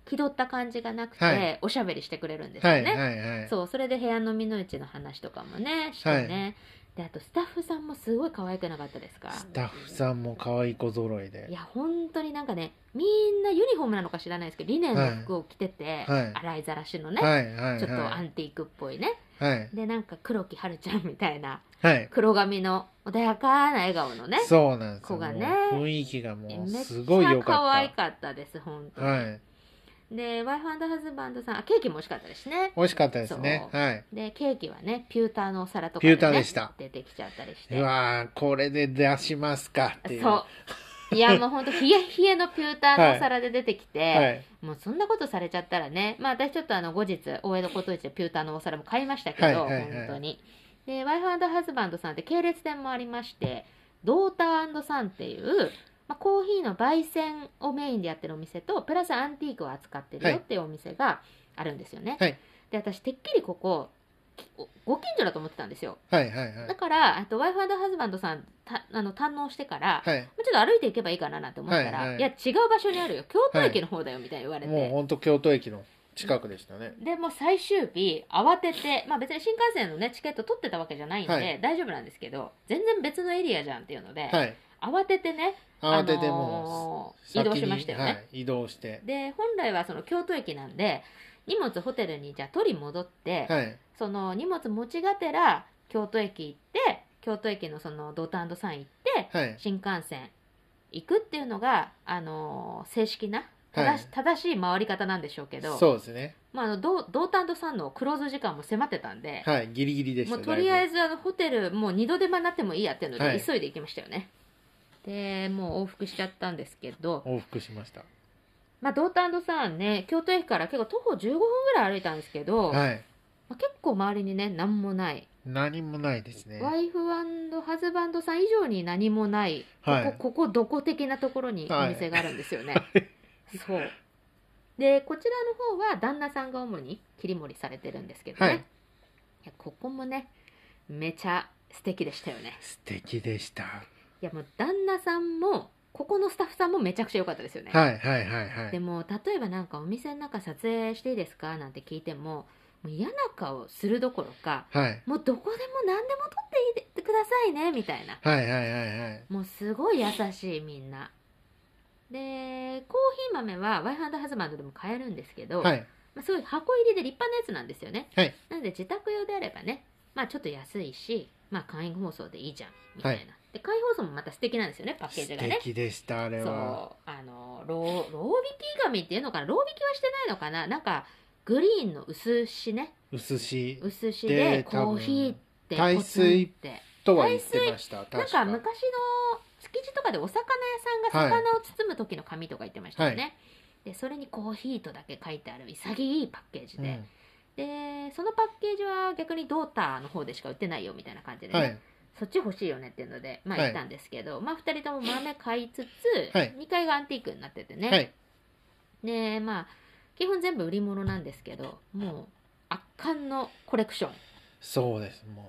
Speaker 3: 気取った感じがなくて、
Speaker 2: はい
Speaker 3: おしゃべりしてくれるんですよね、
Speaker 2: はいはいはい
Speaker 3: そうそれで部屋の身の内の話とかもねしてね、であとスタッフさんもすごい可愛くなかったですか
Speaker 2: スタッフさんも可愛い子揃いで
Speaker 3: いや本当になんかねみんなユニフォームなのか知らないですけどリネンの服を着てて、
Speaker 2: はい
Speaker 3: 洗いざらしのね、
Speaker 2: はいはい
Speaker 3: ちょっとア
Speaker 2: は
Speaker 3: ンティークっぽいね
Speaker 2: いはい
Speaker 3: でなんか黒木春ちゃんみたいな
Speaker 2: はい
Speaker 3: 黒髪の穏やかな笑顔のね
Speaker 2: そうなんですよ
Speaker 3: 子がね
Speaker 2: もう雰囲気がもう
Speaker 3: めっ
Speaker 2: すごい良
Speaker 3: ちゃ
Speaker 2: か
Speaker 3: 可愛
Speaker 2: っ
Speaker 3: かったです本当
Speaker 2: た
Speaker 3: に、
Speaker 2: はい
Speaker 3: でワイフハズバンドさんあケーキも美味しかったですしね
Speaker 2: 美味しかったですね
Speaker 3: そ
Speaker 2: はい
Speaker 3: でケーキはねピューターのお皿とか
Speaker 2: ピューター
Speaker 3: ね
Speaker 2: でした
Speaker 3: 出てきちゃったりして
Speaker 2: うわーこれで出しますかっていう
Speaker 3: そ
Speaker 2: は
Speaker 3: う。いや、もうほんと、冷え冷えのピューターのお皿で出てきて、
Speaker 2: い
Speaker 3: もうそんなことされちゃったらね、まあ私ちょっとあの後日、大江戸こと市でピューターのお皿も買いましたけど、
Speaker 2: はいはいはい
Speaker 3: 本当に。で、ワイフハズバンドさんって系列店もありまして、ドーターさんっていう、まあ、コーヒーの焙煎をメインでやってるお店と、プラスアンティークを扱ってるよっていうお店があるんですよね。
Speaker 2: はい
Speaker 3: で、私、てっきりここ、きご近所だと思ってたんですよ。
Speaker 2: はいはいは
Speaker 3: だ
Speaker 2: い
Speaker 3: から、あとワイフハズバンドさんたあの堪能してから、
Speaker 2: はい
Speaker 3: もうちょっと歩いていけばいいかななんて思ったら、
Speaker 2: はい
Speaker 3: い
Speaker 2: はい
Speaker 3: や違う場所にあるよ京都駅の方だよみたいに言われて、
Speaker 2: もう本当京都駅の近くでしたね
Speaker 3: でもう最終日慌てて、まあ、別に新幹線の、ね、チケット取ってたわけじゃないんで、
Speaker 2: はい
Speaker 3: 大丈夫なんですけど全然別のエリアじゃんっていうので、
Speaker 2: はい
Speaker 3: 慌ててね、
Speaker 2: 慌ててもう
Speaker 3: あのー移
Speaker 2: 先
Speaker 3: 動
Speaker 2: に
Speaker 3: しましたよね、
Speaker 2: はい移動して
Speaker 3: で本来はその京都駅なんで荷物ホテルにじゃあ取り戻って、
Speaker 2: はい
Speaker 3: その荷物持ちがてら京都駅行って京都駅のそのドタンドさん行って
Speaker 2: はい
Speaker 3: 新幹線行くっていうのが、あのー正式な
Speaker 2: はい
Speaker 3: 正し,、正しい回り方なんでしょうけど
Speaker 2: そうですね
Speaker 3: まあ、あのドドータンドさんのクローズ時間も迫ってたんで、
Speaker 2: はいギリギリでし
Speaker 3: も
Speaker 2: た
Speaker 3: うとりあえ
Speaker 2: ず
Speaker 3: ずあのホテルもう二度手間になってもいいやっていうので、
Speaker 2: はい
Speaker 3: 急いで行きましたよねでもう往復しちゃったんですけど、
Speaker 2: 往復しました
Speaker 3: まあ、ドータンドさんね京都駅から結構徒歩15分ぐらい歩いたんですけど、ま
Speaker 2: はい
Speaker 3: あ、結構周りにね何もない、
Speaker 2: 何もないですね
Speaker 3: ワイフハズバンドさん以上に何もない
Speaker 2: はい
Speaker 3: ここここどこ的なところに
Speaker 2: はい
Speaker 3: お店があるんですよね、そうでこちらの方は旦那さんが主に切り盛りされてるんですけどね、
Speaker 2: はい
Speaker 3: いやここもねめちゃ素敵でしたよね
Speaker 2: 素敵でした。
Speaker 3: いやもう旦那さんもここのスタッフさんもめちゃくちゃ良かったですよね、
Speaker 2: はいはいはいは
Speaker 3: で
Speaker 2: い。
Speaker 3: も例えばなんかお店の中撮影していいですかなんて聞いてももう嫌な顔するどころか
Speaker 2: はい
Speaker 3: もうどこでも何でも撮っていってくださいねみたいな
Speaker 2: はいはいはいはい。
Speaker 3: もうすごい優しいみんなでコーヒー豆はワイハンドハズバンドでも買えるんですけど、
Speaker 2: はい
Speaker 3: まあ、すごい箱入りで立派なやつなんですよね、
Speaker 2: はい
Speaker 3: なので自宅用であればねまあちょっと安いしまあ簡易包装でいいじゃんみたいな、
Speaker 2: はい
Speaker 3: で簡易包装もまた素敵なんですよねパッケージ
Speaker 2: 素
Speaker 3: がね
Speaker 2: 敵でしたあれ
Speaker 3: そう
Speaker 2: は。
Speaker 3: あのローロービキ紙っていうのかなロービキはしてないのかななんかグリーンの薄紙ね
Speaker 2: 薄し
Speaker 3: 薄紙
Speaker 2: で
Speaker 3: で
Speaker 2: 多分
Speaker 3: コーヒーって
Speaker 2: 耐水
Speaker 3: ポツンって
Speaker 2: とは言ってました。
Speaker 3: なん
Speaker 2: 確
Speaker 3: か
Speaker 2: か。
Speaker 3: 昔の築地とかでお魚屋さんが魚を包む時の紙とか言ってましたよね、でそれにコーヒーとだけ書いてある潔いパッケージ
Speaker 2: う
Speaker 3: で
Speaker 2: ん、
Speaker 3: でそのパッケージは逆にドーターの方でしか売ってないよみたいな感じで、ね
Speaker 2: はい
Speaker 3: そっち欲しいよねっていうのでまあ
Speaker 2: はい
Speaker 3: 行ったんですけど、まあ2人とも豆買いつつ、
Speaker 2: はい
Speaker 3: 2階がアンティークになっててね、
Speaker 2: はい
Speaker 3: でまあ基本全部売り物なんですけどもう圧巻のコレクション
Speaker 2: そうですもう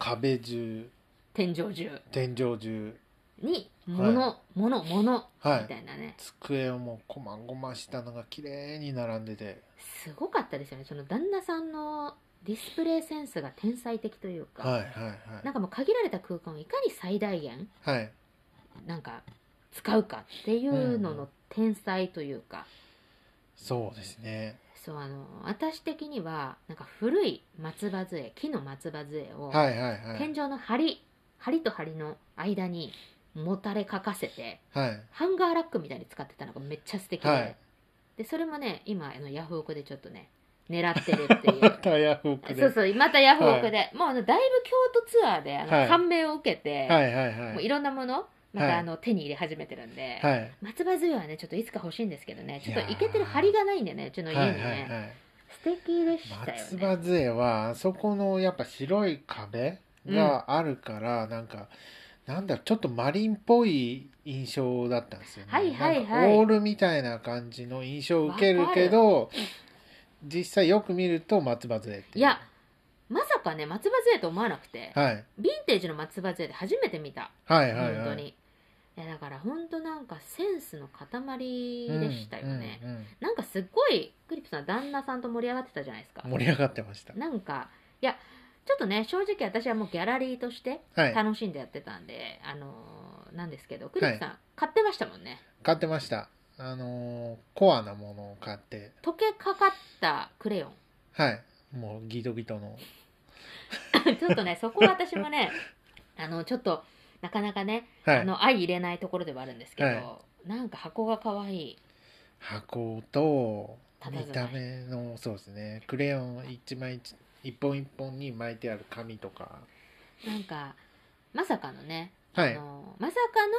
Speaker 2: 壁中
Speaker 3: 天井中
Speaker 2: 天井中
Speaker 3: に物、
Speaker 2: は
Speaker 3: 物物、
Speaker 2: はい
Speaker 3: みたいなね
Speaker 2: 机をもうこまごましたのが綺麗に並んでて
Speaker 3: すごかったですよねその旦那さんのディスプレイセンスが天才的というか、
Speaker 2: はいはい
Speaker 3: なんかもう限られた空間をいかに最大限
Speaker 2: はいはい
Speaker 3: なんか使うかっていうのの天才というか、
Speaker 2: そうですね
Speaker 3: そうあの私的にはなんか古い松葉杖木の松葉杖を、
Speaker 2: はいはいはい
Speaker 3: 天井の梁梁と梁の間にもたれかかせて
Speaker 2: はい
Speaker 3: ハンガーラックみたいに使ってたのがめっちゃ素敵で,、
Speaker 2: はい
Speaker 3: でそれもね今あのヤフオクでちょっとね狙ってるっていう
Speaker 2: またヤフオクで
Speaker 3: そうそうまたヤフオクで、もうあのだいぶ京都ツアーであの、
Speaker 2: はい
Speaker 3: 感銘を受けて、
Speaker 2: はいはい
Speaker 3: も
Speaker 2: は
Speaker 3: うい
Speaker 2: い
Speaker 3: ろんなものま
Speaker 2: はい
Speaker 3: たあの、手に入れ始めてるんで、
Speaker 2: はい
Speaker 3: 松葉杖はねちょっといつか欲しいんですけどねちょっ
Speaker 2: いや
Speaker 3: と
Speaker 2: ー
Speaker 3: いけてる梁がないんでねうちの家
Speaker 2: は
Speaker 3: に
Speaker 2: い
Speaker 3: ね、
Speaker 2: はいはい
Speaker 3: 素敵でしたよ
Speaker 2: 松
Speaker 3: ね
Speaker 2: 葉杖はあそこのやっぱ白い壁があるから、なんかなんだろうちょっとマリンっぽい印象だったんですよね、
Speaker 3: はいはいはい
Speaker 2: なんかオールみたいな感じの印象を受けるけど実際よく見ると松葉杖っていう
Speaker 3: いやまさかね松葉杖と思わなくて、
Speaker 2: はい
Speaker 3: ヴィンテージの松葉杖で初めて見た
Speaker 2: はいはい
Speaker 3: 本
Speaker 2: は
Speaker 3: 当
Speaker 2: い
Speaker 3: に、いやだから本当なんかセンスの塊でしたよね、
Speaker 2: うんうんうん
Speaker 3: なんかすっごいクリップさん旦那さんと盛り上がってたじゃないですか
Speaker 2: 盛り上がってました
Speaker 3: なんかいやちょっとね正直私はもうギャラリーとして
Speaker 2: はい
Speaker 3: 楽しんでやってたんで、あのーなんですけどクリップさん、買ってましたもんね
Speaker 2: 買ってましたあのーコアなものを買って
Speaker 3: 溶けかかったクレヨ
Speaker 2: はいもうギトギトの
Speaker 3: ン ちょっとねそこは私もねあのちょっとなかなかね、
Speaker 2: は
Speaker 3: あ
Speaker 2: い
Speaker 3: の相入れないところではあるんですけど、
Speaker 2: は
Speaker 3: なんか箱が可愛い
Speaker 2: 箱と
Speaker 3: 佇ま
Speaker 2: 見
Speaker 3: い
Speaker 2: た目のそうですねクレヨン一枚一一本一本に巻いてある紙とか
Speaker 3: なんかまさかのね、
Speaker 2: はい
Speaker 3: あのまさ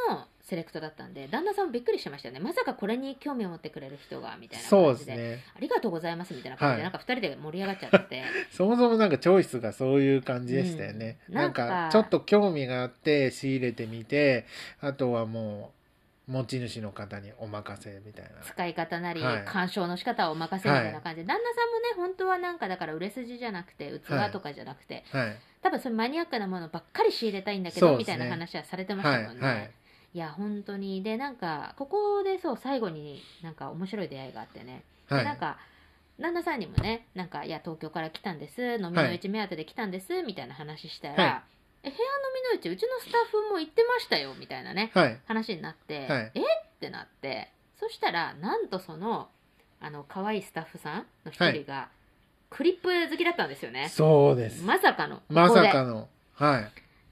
Speaker 3: かのセレクトだったんで旦那さんもびっくりしてましたよねまさかこれに興味を持ってくれる人がみたいな
Speaker 2: そう
Speaker 3: 感
Speaker 2: で
Speaker 3: じ
Speaker 2: す
Speaker 3: で
Speaker 2: ね
Speaker 3: ありがとうございますみたいな感じで、
Speaker 2: はい
Speaker 3: なんか2人で盛り上がっちゃって
Speaker 2: そもそもなんかチョイスがそういう感じでしたよね、
Speaker 3: うん
Speaker 2: な
Speaker 3: なんん
Speaker 2: か
Speaker 3: か
Speaker 2: ちょっと興味があって仕入れてみてあとはもう持ち主の方にお任せみたいな
Speaker 3: 使い方なり、
Speaker 2: はい
Speaker 3: 鑑賞の仕方をお任せみたいな感じで、旦那さんもね本当はなんかだから売れ筋じゃなくて
Speaker 2: はい
Speaker 3: 器とかじゃなくて、
Speaker 2: はい
Speaker 3: 多分それマニアックなものばっかり仕入れたいんだけ
Speaker 2: そ
Speaker 3: ど、
Speaker 2: うで
Speaker 3: み
Speaker 2: す
Speaker 3: た
Speaker 2: ね
Speaker 3: いな話はされてまし
Speaker 2: は
Speaker 3: た
Speaker 2: い
Speaker 3: もんね。
Speaker 2: はい
Speaker 3: いや本当にでなんかここでそう最後になんか面白い出会いがあってね、で
Speaker 2: はい
Speaker 3: なんか旦那さんにもねなんか「いや東京から来たんです飲みの市目当てで来たんです」みたいな話したら「
Speaker 2: は
Speaker 3: え部屋飲みの市うちのスタッフも行ってましたよ」みたいなね
Speaker 2: はい
Speaker 3: 話になって「
Speaker 2: はい
Speaker 3: えっ?」てなってそしたらなんとそのあの可愛いスタッフさんの一人が、クリップ好きだったんですよね
Speaker 2: そうです
Speaker 3: まさかの
Speaker 2: ま
Speaker 3: ここ
Speaker 2: さ
Speaker 3: で
Speaker 2: かのは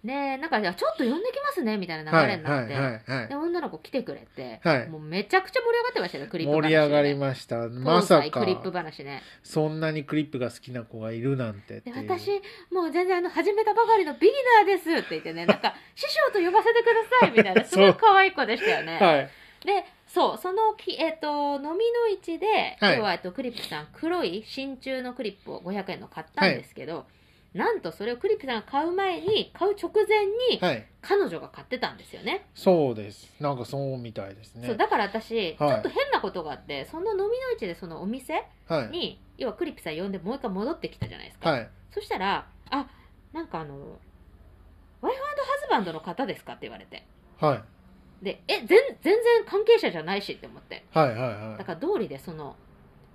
Speaker 2: い
Speaker 3: ねなんかいや「ちょっと呼んできますね」みたいな
Speaker 2: は
Speaker 3: 流れ
Speaker 2: い
Speaker 3: に
Speaker 2: は
Speaker 3: なっ
Speaker 2: い
Speaker 3: て、
Speaker 2: はいはい
Speaker 3: で女の子来てくれて、
Speaker 2: はい
Speaker 3: もうめちゃくちゃ盛り上がってましたねクリップ話
Speaker 2: 盛り上がりましたまさ
Speaker 3: 東西クリップ
Speaker 2: か
Speaker 3: 話ね
Speaker 2: そんなにクリップが好きな子がいるなんてって
Speaker 3: で
Speaker 2: いう
Speaker 3: 私もう全然あの始めたばかりのビギナーですって言ってねなんか師匠と呼ばせてくださいみたいなすご
Speaker 2: そう
Speaker 3: い可愛い子でしたよね、
Speaker 2: はい
Speaker 3: でそうそのき、えっと飲みの市で、今日は、えっと、クリップさん黒い真鍮のクリップを500円の買ったんですけど、なんとそれをクリップさんが買う前に買う直前に
Speaker 2: はい
Speaker 3: 彼女が買ってたんですよね
Speaker 2: そうですなんかそうみたいですね
Speaker 3: そうだから私、ちょっと変なことがあってその飲みの市でそのお店
Speaker 2: はい
Speaker 3: に要はクリップさん呼んでもう一回戻ってきたじゃないですか、
Speaker 2: はい
Speaker 3: そしたらあなんかあのバンドの方ですか?」って言われて
Speaker 2: はい
Speaker 3: で「え全全然関係者じゃないし」って思って
Speaker 2: はいはいはい
Speaker 3: だから道理でその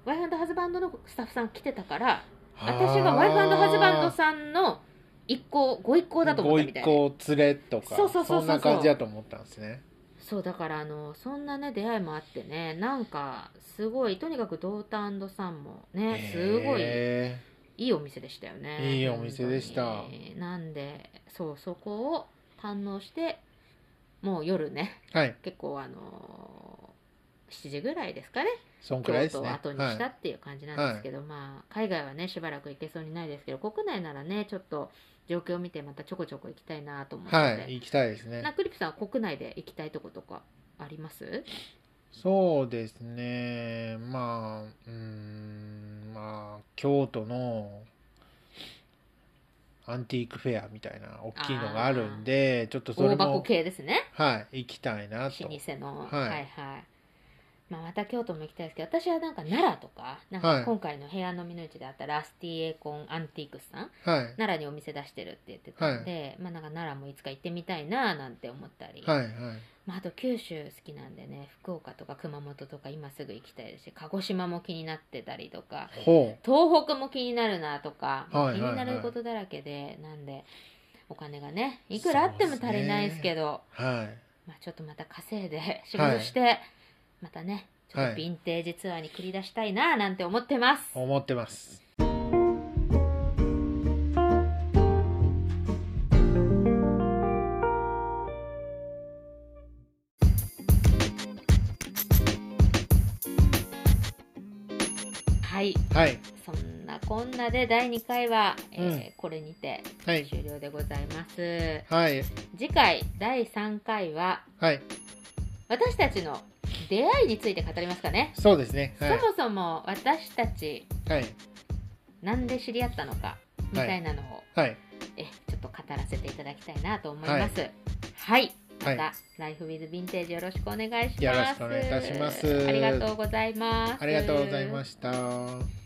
Speaker 3: ワイフハズバンドのスタッフさん来てたから
Speaker 2: あ
Speaker 3: 私
Speaker 2: ー
Speaker 3: がワイフハズバンドさんの一行ご一行だと思ったみたいで
Speaker 2: ご一行連れとか
Speaker 3: そうそうそうそうそうん
Speaker 2: な感じだと思ったんですね
Speaker 3: そうだからあのそんなね出会いもあってねなんかすごいとにかくドータンドさんもねすごい
Speaker 2: へ
Speaker 3: いいお店でしたよね
Speaker 2: いいお店でした
Speaker 3: 本当になんでそうそこを堪能してもう夜ね
Speaker 2: ーはい
Speaker 3: 結構あの7時ぐらいですかね
Speaker 2: そんくらい
Speaker 3: 京
Speaker 2: です
Speaker 3: 都を後
Speaker 2: ね
Speaker 3: に
Speaker 2: は
Speaker 3: した
Speaker 2: い
Speaker 3: っていう感じなんですけど、まあ海外はねしばらく行けそうにないですけど国内ならねちょっと状況を見てまたちょこちょこ行きたいなと思ってて、
Speaker 2: はい行きたいですね
Speaker 3: なクリプさんは国内で行きたいとことかあります
Speaker 2: そうですねまあうーんまあ京都のアンティークフェアみたいな大きいのがあるんでちょっとそれ
Speaker 3: 大箱
Speaker 2: も
Speaker 3: 系ですね
Speaker 2: はい行きたいな
Speaker 3: 老
Speaker 2: と
Speaker 3: 舗の、
Speaker 2: はい
Speaker 3: はいはいまあ、また京都も行きたいですけど私はなんか奈良とかなん
Speaker 2: はい
Speaker 3: か今回の部屋のみの市であったラスティエコンアンティークスさん
Speaker 2: はい
Speaker 3: 奈良にお店出してるって言ってたんで、まあ、なんか奈良もいつか行ってみたいななんて思ったり、
Speaker 2: はいはい
Speaker 3: まあ、あと九州好きなんでね福岡とか熊本とか今すぐ行きたいですし鹿児島も気になってたりとか
Speaker 2: ほ
Speaker 3: 東北も気になるなとか、
Speaker 2: はいはいはい
Speaker 3: 気になることだらけでなんでお金がねいくらあっても足りないですけど
Speaker 2: うはい
Speaker 3: まあ、ちょっとまた稼いで仕事して、またねちょっとヴィンテージツアーに繰り出したいななんて思ってます、
Speaker 2: 思ってます
Speaker 3: はい
Speaker 2: はい
Speaker 3: そんなこんなで第2回は、えーこれにて
Speaker 2: はい
Speaker 3: 終了でございます、
Speaker 2: はい
Speaker 3: 次回第3回は
Speaker 2: はい
Speaker 3: 私たちの出会いについて語りますかね、
Speaker 2: そうですねはい
Speaker 3: そもそも私たち
Speaker 2: はい
Speaker 3: なんで知り合ったのかみたいなのを、
Speaker 2: はい
Speaker 3: えちょっと語らせていただきたいなと思いますはい、
Speaker 2: は
Speaker 3: ま
Speaker 2: い
Speaker 3: た、ライフウィズヴィンテージよろしくお願いします。
Speaker 2: よろしくお願いいたします
Speaker 3: ありがとうございます。
Speaker 2: ありがとうございました